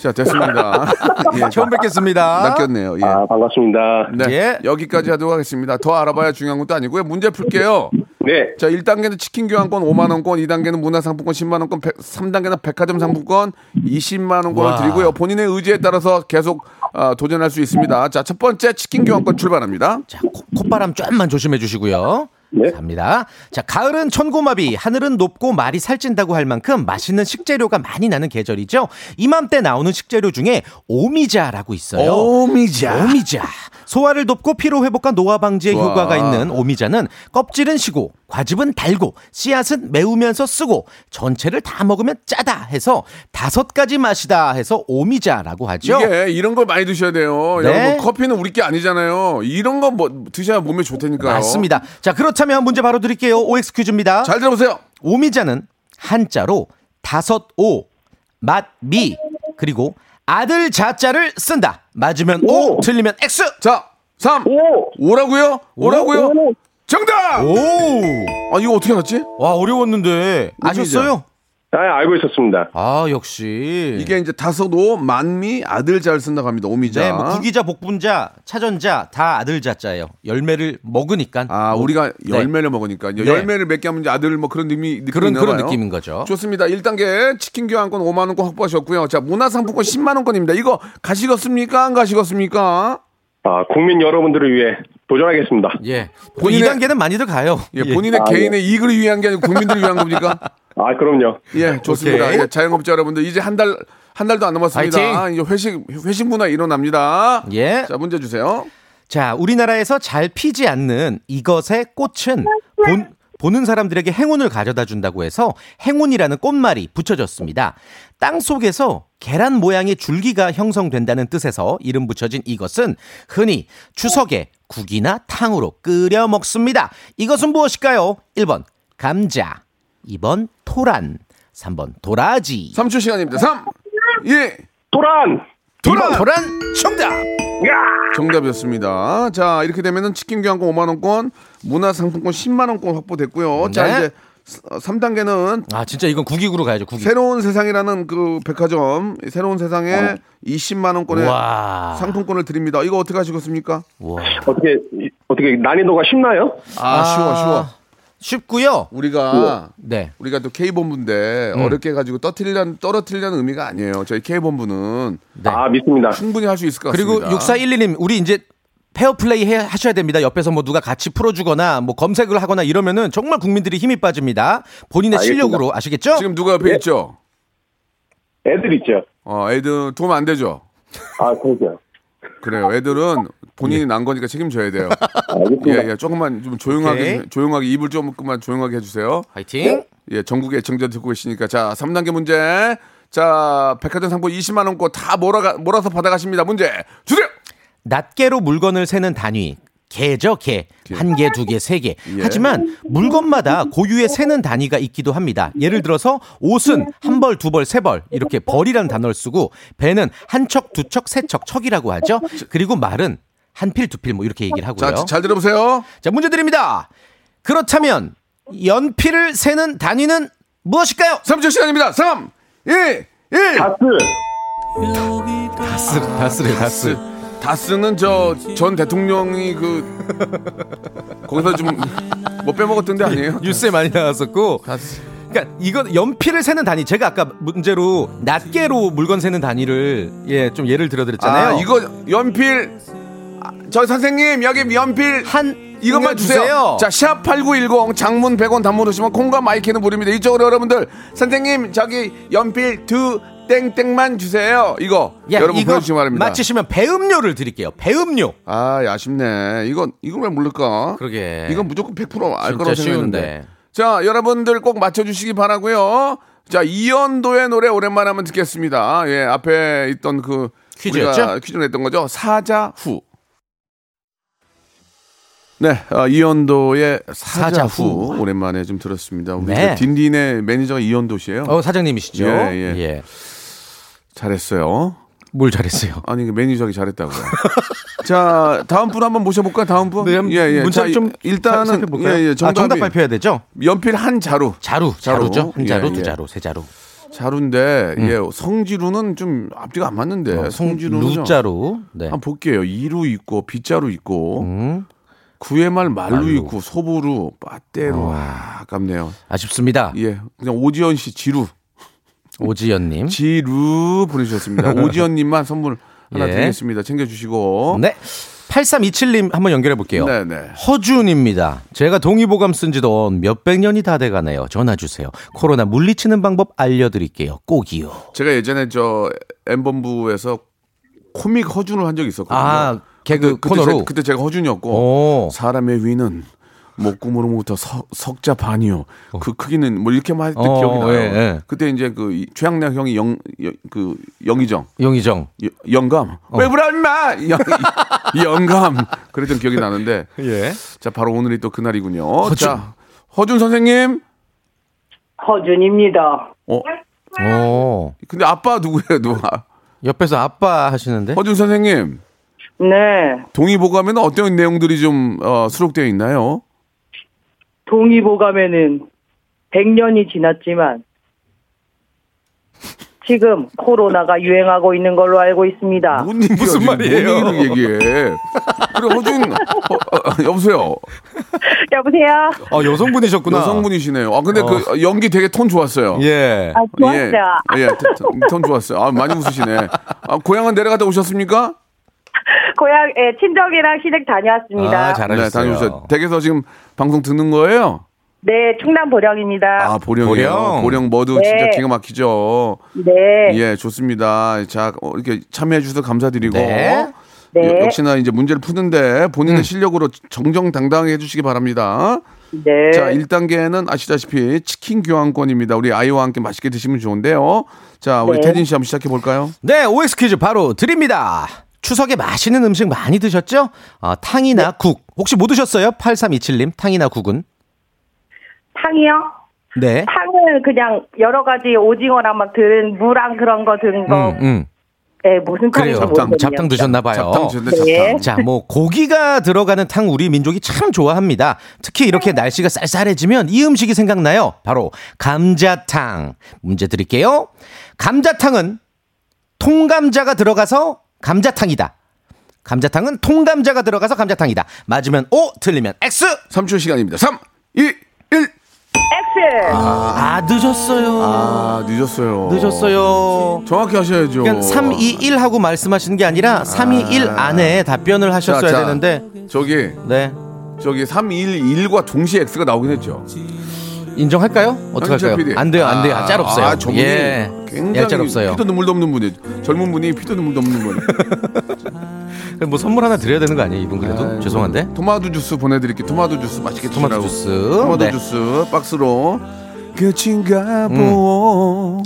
Speaker 1: 자 됐습니다. 예,
Speaker 6: 처음 뵙겠습니다.
Speaker 1: 낚였네요. 예.
Speaker 8: 아, 반갑습니다.
Speaker 1: 네.
Speaker 6: 예.
Speaker 1: 여기까지 하도록 하겠습니다. 더 알아봐야 중요한 것도 아니고요. 문제 풀게요.
Speaker 8: 네.
Speaker 1: 자, 1단계는 치킨 교환권 5만 원권, 2단계는 문화 상품권 10만 원권, 3단계는 백화점 상품권 20만 원권을
Speaker 6: 와.
Speaker 1: 드리고요. 본인의 의지에 따라서 계속 아, 도전할 수 있습니다. 자, 첫 번째 치킨 교환권 출발합니다.
Speaker 6: 자, 코- 콧바람 좀만 조심해 주시고요.
Speaker 8: 네.
Speaker 6: 갑니다. 자, 가을은 천고마비, 하늘은 높고 말이 살찐다고 할 만큼 맛있는 식재료가 많이 나는 계절이죠. 이맘때 나오는 식재료 중에 오미자라고 있어요.
Speaker 1: 오미자.
Speaker 6: 오미자. 소화를 돕고 피로 회복과 노화 방지에
Speaker 1: 좋아.
Speaker 6: 효과가 있는 오미자는 껍질은 시고 과즙은 달고 씨앗은 매우면서 쓰고 전체를 다 먹으면 짜다 해서 다섯 가지 맛이다 해서 오미자라고 하죠.
Speaker 1: 이게 이런 걸 많이 드셔야 돼요.
Speaker 6: 네.
Speaker 1: 여러분 뭐 커피는 우리 게 아니잖아요. 이런 거 뭐 드셔야 몸에 좋다니까요.
Speaker 6: 맞습니다. 자, 그렇다면 문제 바로 드릴게요. OX 퀴즈입니다.
Speaker 1: 잘 들어보세요.
Speaker 6: 오미자는 한자로 다섯 오, 맛미, 그리고 아들 자자를 쓴다. 맞으면 오, 틀리면 X.
Speaker 1: 자, 3.
Speaker 8: 오!
Speaker 1: 오라고요? 예. 오라고요? 정답!
Speaker 6: 오, 네.
Speaker 1: 아, 이거 어떻게 알았지?
Speaker 6: 와 어려웠는데 아셨어요?
Speaker 8: 아, 알고 있었습니다.
Speaker 6: 아 역시
Speaker 1: 이게 이제 다섯 오 만미 아들 잘 쓴다고 합니다. 오미자.
Speaker 6: 네, 뭐 구기자, 복분자, 차전자 다 아들 자자예요. 열매를 먹으니까
Speaker 1: 아, 우리가
Speaker 6: 네.
Speaker 1: 열매를 먹으니까 이제 열매를 몇 개 하면 이제 아들 뭐 그런 느낌이 느낌이
Speaker 6: 그런
Speaker 1: 있나
Speaker 6: 그런
Speaker 1: 봐요.
Speaker 6: 느낌인 거죠.
Speaker 1: 좋습니다. 1단계 치킨 교환권 5만 원권 확보하셨고요. 자, 문화상품권 10만 원권입니다. 이거 가시겠습니까? 안 가시겠습니까?
Speaker 8: 아, 국민 여러분들을 위해 도전하겠습니다.
Speaker 6: 예,
Speaker 1: 본인의-
Speaker 6: 이 단계는 많이들 가요.
Speaker 1: 예, 본인의 개인의 이익을 위한 게 아니고 국민들을 위한 겁니까?
Speaker 8: 아, 그럼요.
Speaker 1: 예, 좋습니다.
Speaker 6: 오케이.
Speaker 1: 예, 자영업자 여러분들 이제 한 달 한 달도 안 남았습니다. 이제 회식 회식 문화 일어납니다.
Speaker 6: 예.
Speaker 1: 자, 문제 주세요.
Speaker 6: 자, 우리나라에서 잘 피지 않는 이것의 꽃은 본 보는 사람들에게 행운을 가져다 준다고 해서 행운이라는 꽃말이 붙여졌습니다. 땅 속에서 계란 모양의 줄기가 형성된다는 뜻에서 이름 붙여진 이것은 흔히 추석에 국이나 탕으로 끓여 먹습니다. 이것은 무엇일까요? 1번 감자, 2번 토란, 3번 도라지.
Speaker 1: 3초 시간입니다. 예. 3, 2,
Speaker 8: 도란!
Speaker 1: 도란!
Speaker 6: 도란 정답.
Speaker 1: 정답이었습니다. 자, 이렇게 되면은 치킨 교환권 5만 원권, 문화 상품권 10만 원권 확보됐고요. 자,
Speaker 6: 네.
Speaker 1: 이제 3단계는
Speaker 6: 아 진짜 이건 국익으로 가야죠. 국익.
Speaker 1: 새로운 세상이라는 그 백화점 새로운 세상에 20만 원권의
Speaker 6: 어. 와.
Speaker 1: 상품권을 드립니다. 이거 어떻게 하시겠습니까?
Speaker 6: 우와.
Speaker 8: 어떻게, 이- 어떻게 난이도가 쉽나요?
Speaker 1: 아, 쉬워 쉬워.
Speaker 6: 쉽고요.
Speaker 1: 우리가
Speaker 6: 네.
Speaker 1: 우리가 또 K 본부인데
Speaker 6: 음.
Speaker 1: 어렵게 가지고 떨어뜨리려는 떨어뜨리려는 의미가 아니에요. 저희 K 본부는
Speaker 6: 네.
Speaker 8: 아, 믿습니다.
Speaker 1: 충분히 할 수 있을 것
Speaker 6: 그리고
Speaker 1: 같습니다.
Speaker 6: 6411님 우리 이제 페어플레이 해, 하셔야 됩니다. 옆에서 뭐 누가 같이 풀어주거나 뭐 검색을 하거나 이러면은 정말 국민들이 힘이 빠집니다. 본인의
Speaker 8: 알겠습니다.
Speaker 6: 실력으로 아시겠죠?
Speaker 1: 지금 누가 옆에 있죠?
Speaker 8: 애들 있죠?
Speaker 1: 어, 애들 도움 안 되죠?
Speaker 8: 아, 그러죠.
Speaker 1: 그래요. 애들은
Speaker 6: 예.
Speaker 1: 본인이 난 거니까 책임져야 돼요.
Speaker 8: 알겠습니다.
Speaker 1: 예, 예. 조금만 좀 조용하게
Speaker 6: 오케이.
Speaker 1: 좀- 조용하게 입을 조금만 조용하게 해 주세요.
Speaker 6: 화이팅.
Speaker 1: 예, 전국의 청자 듣고 계시니까 자, 3단계 문제. 자, 백화점 상품 20만 원권 다 몰아가, 몰아서 받아 가십니다. 문제 주세요.
Speaker 6: 낱개로 물건을 세는 단위. 개죠, 개. 한 개, 두 개, 세 개. 하지만 물건마다 고유의 세는 단위가 있기도 합니다. 예를 들어서 옷은 한 벌, 두 벌, 세 벌 이렇게 벌이라는 단어를 쓰고 배는 한 척, 두 척, 세 척, 척이라고 하죠. 그리고 말은 한 필, 두 필 뭐 이렇게 얘기를 하고요.
Speaker 1: 자, 잘 들어 보세요.
Speaker 6: 자, 문제 드립니다. 그렇다면 연필을 세는 단위는 무엇일까요?
Speaker 1: 3초 시간입니다. 3 2 1
Speaker 8: 다스!
Speaker 6: 다스, 다스래, 다스.
Speaker 1: 네. 다스는 저 전 대통령이 그 거기서 좀 뭐 빼먹었던데 아니에요?
Speaker 6: 뉴스에 많이 나왔었고.
Speaker 1: 다스.
Speaker 6: 그러니까 이건 연필을 세는 단위. 제가 아까 문제로 낱개로 물건 세는 단위를 예, 좀 예를 들어 드렸잖아요.
Speaker 1: 아, 이거 연필 아, 저 선생님 여기 연필
Speaker 6: 한 음,
Speaker 1: 이것만 주세요. 자, 샵8910 장문 100원 단문 오시면 콩과 마이크는 무료입니다. 이쪽으로 여러분들 선생님 저기 연필 두 땡땡만 주세요. 이거
Speaker 6: 야,
Speaker 1: 여러분
Speaker 6: 이거
Speaker 1: 보여주시기 바랍니다.
Speaker 6: 맞히시면 배음료를 드릴게요. 배음료.
Speaker 1: 아, 아쉽네. 이건 이걸 왜 모를까?
Speaker 6: 그러게.
Speaker 1: 이건 무조건 100%알
Speaker 6: 진짜
Speaker 1: 거라고 생각했는데.
Speaker 6: 쉬운데.
Speaker 1: 자, 여러분들 꼭 맞춰 주시기 바라고요. 자, 이연도의 노래 오랜만에 한번 듣겠습니다. 예, 앞에 있던 그
Speaker 6: 퀴즈였죠?
Speaker 1: 우리가 퀴즈 냈던 거죠. 사자후. 네, 아, 이연도의 사자후.
Speaker 6: 사자후.
Speaker 1: 오랜만에 좀 들었습니다. 우리
Speaker 6: 네.
Speaker 1: 그 딘딘의 매니저가 이연도 씨예요.
Speaker 6: 어, 사장님이시죠?
Speaker 1: 예, 예. 잘했어요.
Speaker 6: 뭘 잘했어요.
Speaker 1: 아니 그 매니저기 잘했다고요. 자 다음 분 한번 모셔볼까요? 다음 분. 예,
Speaker 6: 네, 한번 문자
Speaker 1: 자,
Speaker 6: 좀 살-
Speaker 1: 일단은
Speaker 6: 살펴볼까요?
Speaker 1: 예, 예,
Speaker 6: 아,
Speaker 1: 정답이
Speaker 6: 정답 발표해야 되죠?
Speaker 1: 연필 한 자루.
Speaker 6: 자루,
Speaker 1: 자루.
Speaker 6: 자루죠? 한 자루,
Speaker 1: 예,
Speaker 6: 두
Speaker 1: 예.
Speaker 6: 자루, 세 자루.
Speaker 1: 자루인데
Speaker 6: 음.
Speaker 1: 예 성지루는 좀 앞뒤가 안
Speaker 6: 예,
Speaker 1: 맞는데
Speaker 6: 어,
Speaker 1: 성지루는 좀-
Speaker 6: 루자루. 네.
Speaker 1: 한번 볼게요. 이루 있고 빗자루 있고 구애말 말루,
Speaker 6: 음. 말루.
Speaker 1: 있고 소보루 빠떼루 아, 아깝네요.
Speaker 6: 아쉽습니다.
Speaker 1: 예 그냥 오지연 씨 지루
Speaker 6: 오지연님.
Speaker 1: 지루 보내주셨습니다. 오지연님만 선물 하나
Speaker 6: 예.
Speaker 1: 드리겠습니다. 챙겨주시고
Speaker 6: 네. 8327님 한번 연결해 볼게요.
Speaker 1: 네네.
Speaker 6: 허준입니다. 제가 동의보감 쓴 지도 몇백 년이 다 돼가네요. 전화 주세요. 코로나 물리치는 방법 알려드릴게요. 꼭이요.
Speaker 1: 제가 예전에 저 엠본부에서 코믹 허준을 한 적이 있었거든요.
Speaker 6: 아, 개그
Speaker 1: 그때
Speaker 6: 코너로?
Speaker 1: 제, 그때 제가 허준이었고
Speaker 6: 오.
Speaker 1: 사람의 위는 목구멍으로부터 석, 석자 반이요. 그 크기는 뭐 이렇게만 했던
Speaker 6: 어,
Speaker 1: 기억이 나요.
Speaker 6: 예, 예.
Speaker 1: 그때 이제 그 이- 최양락 형이 영, 여- 그 영희정
Speaker 6: 용희정.
Speaker 1: 여- 영감
Speaker 6: 어.
Speaker 1: 왜 그런 마 영, 영감 그랬던 기억이 나는데
Speaker 6: 예.
Speaker 1: 자 바로 오늘이 또 그날이군요. 자 허준 선생님
Speaker 9: 허준입니다.
Speaker 1: 어
Speaker 6: 오.
Speaker 1: 근데 아빠 누구예요 누가
Speaker 6: 옆에서 아빠 하시는데?
Speaker 1: 허준 선생님
Speaker 9: 네.
Speaker 1: 동의보감에는 어떤 내용들이 좀 어, 수록되어 있나요?
Speaker 9: 동의보감에는 100년이 지났지만 지금 코로나가 유행하고 있는 걸로 알고 있습니다.
Speaker 1: 뭔 얘기야, 무슨
Speaker 6: 말이에요?
Speaker 1: 뭔 얘기를 얘기해. 그래 허준 어, 어, 여보세요.
Speaker 9: 여보세요?
Speaker 6: 아, 여성분이셨구나. 어.
Speaker 1: 여성분이시네요. 아 근데 그 연기 되게 톤 좋았어요.
Speaker 6: 예.
Speaker 9: 아, 좋았어요.
Speaker 1: 예, 예, 톤- 톤 좋았어요. 아 많이 웃으시네. 아 고향은 내려갔다 오셨습니까?
Speaker 9: 고향, 예, 친정이랑 시댁 다녀왔습니다.
Speaker 6: 아, 잘하셨어요.
Speaker 1: 네, 다녀오셨. 댁에서 지금 방송 듣는 거예요?
Speaker 9: 네, 충남 보령입니다.
Speaker 1: 아 보령이요. 보령,
Speaker 6: 보령.
Speaker 1: 머드 진짜
Speaker 9: 네.
Speaker 1: 기가 막히죠.
Speaker 9: 네.
Speaker 1: 예, 좋습니다. 자, 어, 이렇게 참여해 주셔서 감사드리고. 예,
Speaker 6: 네.
Speaker 9: 네.
Speaker 1: 여- 역시나 이제 문제를 푸는데 본인의 실력으로 정정당당하게 해주시기 바랍니다.
Speaker 9: 네.
Speaker 1: 자, 1단계는 아시다시피 치킨 교환권입니다. 우리 아이와 함께 맛있게 드시면 좋은데요. 자, 우리
Speaker 9: 네.
Speaker 1: 태진 씨 한번 시작해 볼까요?
Speaker 6: 네, OX 퀴즈 바로 드립니다. 추석에 맛있는 음식 많이 드셨죠? 아, 탕이나 국. 혹시 뭐 드셨어요? 8327님, 탕이나 국은?
Speaker 9: 탕이요?
Speaker 6: 네.
Speaker 9: 탕을 그냥 여러 가지 오징어랑 들은 무랑 그런 거 든 거.
Speaker 6: 음, 음.
Speaker 9: 네, 무슨 탕인지
Speaker 6: 그래요.
Speaker 1: 잡탕,
Speaker 9: 모르겠네요.
Speaker 6: 잡탕 드셨나봐요.
Speaker 1: 잡탕 주는데
Speaker 9: 네.
Speaker 1: 잡탕.
Speaker 6: 자, 뭐 고기가 들어가는 탕 우리 민족이 참 좋아합니다. 특히 이렇게 날씨가 쌀쌀해지면 이 음식이 생각나요. 바로 감자탕. 문제 드릴게요. 감자탕은 통감자가 들어가서 감자탕이다. 감자탕은 통감자가 들어가서 감자탕이다. 맞으면 O, 틀리면 X.
Speaker 1: 3초 시간입니다. 3, 2, 1.
Speaker 9: X.
Speaker 6: 아, 늦었어요.
Speaker 1: 아, 늦었어요.
Speaker 6: 늦었어요.
Speaker 1: 정확히 하셔야죠.
Speaker 6: 그러니까 3, 2, 1 하고 말씀하시는 게 아니라 3, 2, 1 안에 답변을 하셨어야
Speaker 1: 자, 자.
Speaker 6: 되는데
Speaker 1: 저기,
Speaker 6: 네.
Speaker 1: 저기 3, 1, 1과 동시에 X가 나오긴 했죠.
Speaker 6: 인정할까요? 어떻게
Speaker 1: 황희철
Speaker 6: 할까요?
Speaker 1: PD.
Speaker 6: 안 돼요, 안 돼요.
Speaker 1: 아,
Speaker 6: 짤 없어요.
Speaker 1: 아, 저분이
Speaker 6: 예.
Speaker 1: 굉장히
Speaker 6: 예, 짤 없어요.
Speaker 1: 피도 눈물도 없는 분이 젊은 분이 피도 눈물도 없는 분.
Speaker 6: 그럼 뭐 선물 하나 드려야 되는 거 아니에요, 이분 그래도? 죄송한데.
Speaker 1: 토마토 주스 보내드릴게요. 토마토 주스 맛있게
Speaker 6: 토마토
Speaker 1: 드시라고.
Speaker 6: 주스.
Speaker 1: 토마토
Speaker 6: 네. 음.
Speaker 1: 주스 박스로. 끝인가 보오.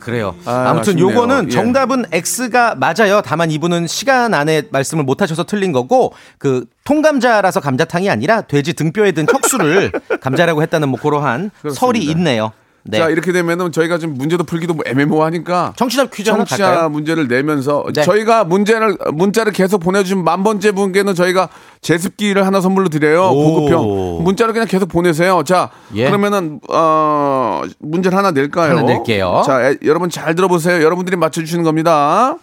Speaker 6: 그래요.
Speaker 1: 아,
Speaker 6: 아, 무튼
Speaker 1: 아쉽네요.
Speaker 6: 요거는
Speaker 1: 예.
Speaker 6: 정답은 X가 맞아요. 다만 이분은 시간 안에 말씀을 못 하셔서 틀린 거고 그 통감자라서 감자탕이 아니라 돼지 등뼈에 든 척수를 감자라고 했다는 뭐 그러한 설이 있네요. 네.
Speaker 1: 자 이렇게 되면은 저희가 지금 문제도 풀기도 뭐 애매모하니까
Speaker 6: 청취자 퀴즈 하나
Speaker 1: 청취자
Speaker 6: 갈까요?
Speaker 1: 문제를 내면서
Speaker 6: 네.
Speaker 1: 저희가 문제를 문자를 계속 보내주신 만 번째 분께는 저희가 제습기를 하나 선물로 드려요
Speaker 6: 오.
Speaker 1: 고급형 문자를 그냥 계속 보내세요 자
Speaker 6: 예.
Speaker 1: 그러면은 어 문제를 하나 낼까요
Speaker 6: 하나 낼게요.
Speaker 1: 자 에, 여러분 잘 들어보세요 여러분들이 맞춰주시는 겁니다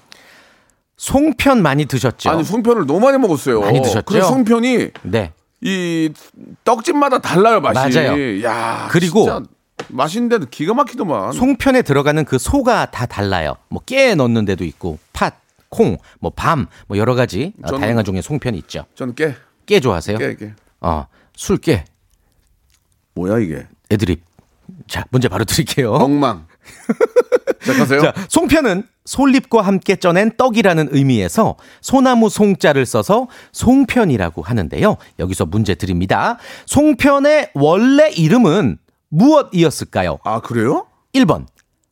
Speaker 6: 송편 많이 드셨죠?
Speaker 1: 아니 송편을 너무 많이 먹었어요
Speaker 6: 많이 드셨죠?
Speaker 1: 그리고 송편이
Speaker 6: 네.
Speaker 1: 이 떡집마다 달라요 맛이
Speaker 6: 맞아요.
Speaker 1: 야
Speaker 6: 그리고
Speaker 1: 진짜 맛있는데도 기가 막히더만
Speaker 6: 송편에 들어가는 그 소가 다 달라요. 뭐 깨 넣는 데도 있고 팥, 콩, 뭐 밤, 뭐 여러 가지 어,
Speaker 1: 저는-
Speaker 6: 다양한 종류의 송편이 있죠.
Speaker 1: 저는 깨
Speaker 6: 깨 좋아하세요?
Speaker 1: 깨, 깨.
Speaker 6: 어, 술깨,
Speaker 1: 뭐야 이게
Speaker 6: 애드립. 자, 문제 바로 드릴게요.
Speaker 1: 엉망. 자, 가세요.
Speaker 6: 자, 송편은 솔잎과 함께 쪄낸 떡이라는 의미에서 소나무 송자를 써서 송편이라고 하는데요. 여기서 문제 드립니다. 송편의 원래 이름은 무엇이었을까요?
Speaker 1: 아, 그래요?
Speaker 6: 1번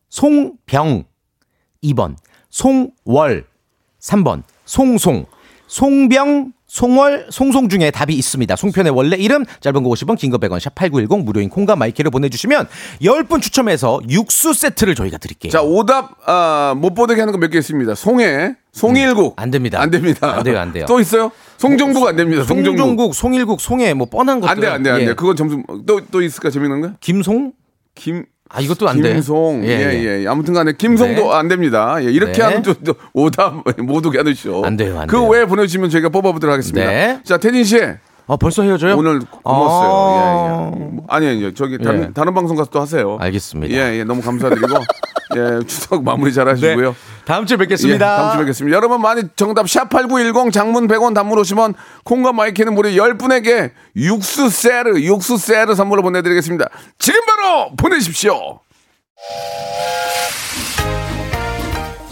Speaker 6: 송병 2번 송월 3번 송송 송병 송월 송송 중에 답이 있습니다. 송편의 원래 이름 짧은 거 50원 긴 거 100원 샵 8910 무료인 콩과 마이크를 보내주시면 10분 추첨해서 육수 세트를 저희가 드릴게요.
Speaker 1: 자, 오답 아, 못 보내게 하는 거 몇 개 있습니다. 송해, 송일국.
Speaker 6: 안 됩니다.
Speaker 1: 안 됩니다.
Speaker 6: 안 돼요, 안 돼요.
Speaker 1: 또 있어요? 송정국 안 됩니다. 송정국.
Speaker 6: 송종국, 송일국, 송해 뭐 뻔한 것들
Speaker 1: 안 돼, 안 돼, 안 돼.
Speaker 6: 예.
Speaker 1: 그건 점수 또또 있을까 재밌는 거?
Speaker 6: 김송?
Speaker 1: 김
Speaker 6: 아 이것도 안 돼.
Speaker 1: 김송. 예, 예. 아무튼 간에 김송도
Speaker 6: 네.
Speaker 1: 안 됩니다. 예, 이렇게
Speaker 6: 네.
Speaker 1: 하면 또, 또 오답 못 오게 하시죠.
Speaker 6: 안 돼요, 안
Speaker 1: 그
Speaker 6: 돼요.
Speaker 1: 외에 보내 주시면 저희가 뽑아 보도록 하겠습니다.
Speaker 6: 네.
Speaker 1: 자, 태진 씨.
Speaker 6: 아 벌써 헤어져요?
Speaker 1: 오늘 고마웠어요.
Speaker 6: 아.
Speaker 1: 예, 예. 아니, 아니, 저기 다른,
Speaker 6: 예.
Speaker 1: 다른 방송 가서 또 하세요.
Speaker 6: 알겠습니다.
Speaker 1: 예, 예, 너무 감사드리고 예, 추석 마무리 잘 하시고요.
Speaker 6: 네, 다음 주에
Speaker 1: 예,
Speaker 6: 뵙겠습니다.
Speaker 1: 다음 주에 뵙겠습니다. 여러분 많이 정답 샵8910 장문 100원 단문 50원 콩과 마이크는 무려 10분에게 육수 세르 육수 세르 선물로 보내드리겠습니다. 지금 바로 보내십시오.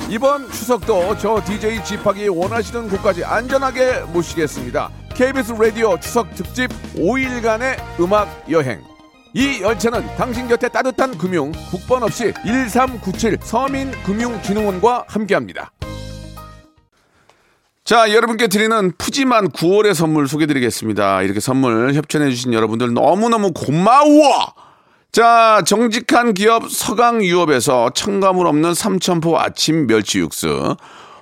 Speaker 1: 이번 추석도 저 DJ 지팍이 원하시는 곳까지 안전하게 모시겠습니다. KBS 라디오 추석 특집 5일간의 음악 여행. 이 열차는 당신 곁에 따뜻한 금융, 국번 없이 1397 서민금융진흥원과 함께합니다. 자, 여러분께 드리는 푸짐한 9월의 선물 소개드리겠습니다. 이렇게 선물 협찬해주신 여러분들 너무너무 고마워! 자, 정직한 기업 서강유업에서 첨가물 없는 삼천포 아침 멸치 육수.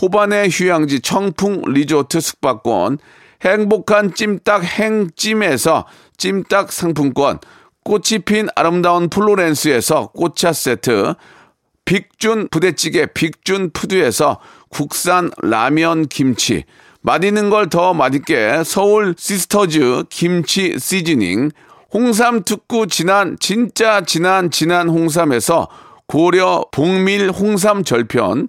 Speaker 1: 호반의 휴양지 청풍 리조트 숙박권, 행복한 찜닭 행찜에서 찜닭 상품권, 꽃이 핀 아름다운 플로렌스에서 꽃차 세트, 빅준 부대찌개 빅준 푸드에서 국산 라면 김치 맛있는 걸 더 맛있게 서울 시스터즈 김치 시즈닝 홍삼 특구 진한 진짜 진한 진한 홍삼에서 고려 복밀 홍삼 절편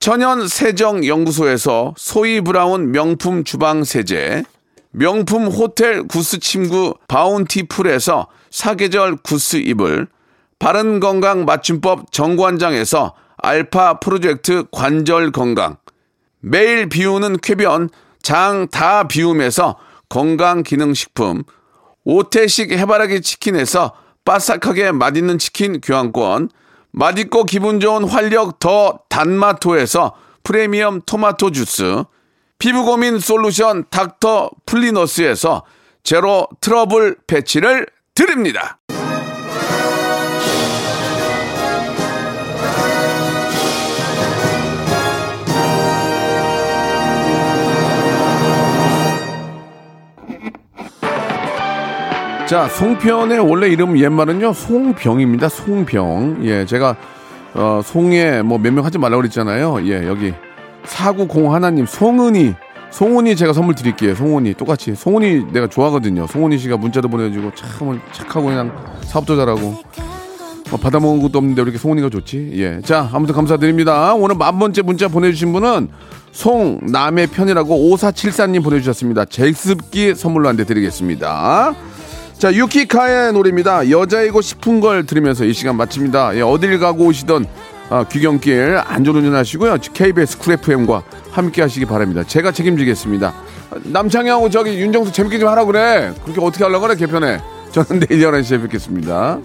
Speaker 1: 천연 세정 연구소에서 소이 브라운 명품 주방 세제 명품 호텔 구스 침구 바운티풀에서 사계절 구스 이불 바른 건강 맞춤법 정관장에서 알파 프로젝트 관절 건강 매일 비우는 쾌변 장 다 비움에서 건강 기능 식품 오태식 해바라기 치킨에서 바삭하게 맛있는 치킨 교환권 맛있고 기분 좋은 활력 더 단마토에서 프리미엄 토마토 주스 피부 고민 솔루션 닥터 플리너스에서 제로 트러블 패치를 드립니다. 자, 송편의 원래 이름 옛말은요, 송병입니다. 송병. 예, 제가, 어, 송에 뭐 몇 명 하지 말라고 그랬잖아요. 예, 여기. 사구공 하나님, 송은이. 송은이 제가 선물 드릴게요. 송은이. 똑같이. 송은이 내가 좋아하거든요. 송은이 씨가 문자도 보내주고 참 착하고 그냥 사업도 잘하고. 뭐 받아먹은 것도 없는데 왜 이렇게 송은이가 좋지? 예. 자, 아무튼 감사드립니다. 오늘 만 번째 문자 보내주신 분은 송남의 편이라고 5474님 보내주셨습니다. 제습기 선물로 한 대 드리겠습니다. 자, 유키카의 노래입니다. 여자이고 싶은 걸 들으면서 이 시간 마칩니다. 예, 어딜 가고 오시던 아, 귀경길 안전운전 하시고요. KBS 쿨 FM과 함께 하시기 바랍니다. 제가 책임지겠습니다. 아, 남창희하고 저기 윤정수 재밌게 좀 하라 그래. 그렇게 어떻게 하려고 그래, 개편에. 저는 내일 11시에 뵙겠습니다.